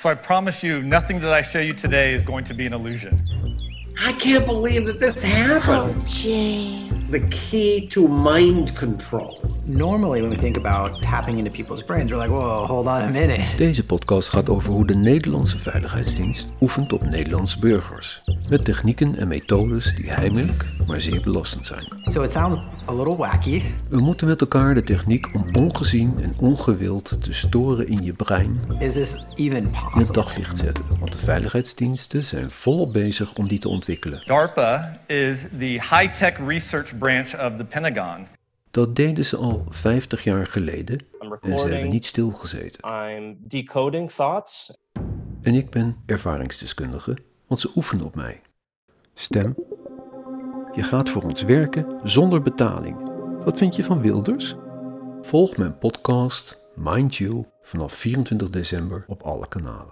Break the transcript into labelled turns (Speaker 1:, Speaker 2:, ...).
Speaker 1: So I promise you, nothing that I show you today is going to be an illusion.
Speaker 2: I can't believe that this happened.
Speaker 3: Jane.
Speaker 2: The key to mind control.
Speaker 4: Normally, when we think about tapping into people's brains, we're like, whoa, hold on a minute.
Speaker 5: Deze podcast gaat over hoe de Nederlandse Veiligheidsdienst oefent op Nederlandse burgers. Met technieken en methodes die heimelijk, maar zeer belastend zijn.
Speaker 4: So it sounds a little wacky.
Speaker 5: We moeten met elkaar de techniek om ongezien en ongewild te storen in je brein
Speaker 4: Is this even
Speaker 5: in het
Speaker 4: possible?
Speaker 5: daglicht zetten. Want de veiligheidsdiensten zijn volop bezig om die te ontwikkelen.
Speaker 1: DARPA is the high tech research branch of the Pentagon.
Speaker 5: Dat deden ze al 50 jaar geleden
Speaker 6: I'm
Speaker 5: en ze hebben
Speaker 6: recording.
Speaker 5: niet stilgezeten.
Speaker 6: I'm decoding thoughts.
Speaker 5: En ik ben ervaringsdeskundige, want ze oefenen op mij. Stem. Je gaat voor ons werken zonder betaling. Wat vind je van Wilders? Volg mijn podcast Mind You vanaf 24 december op alle kanalen.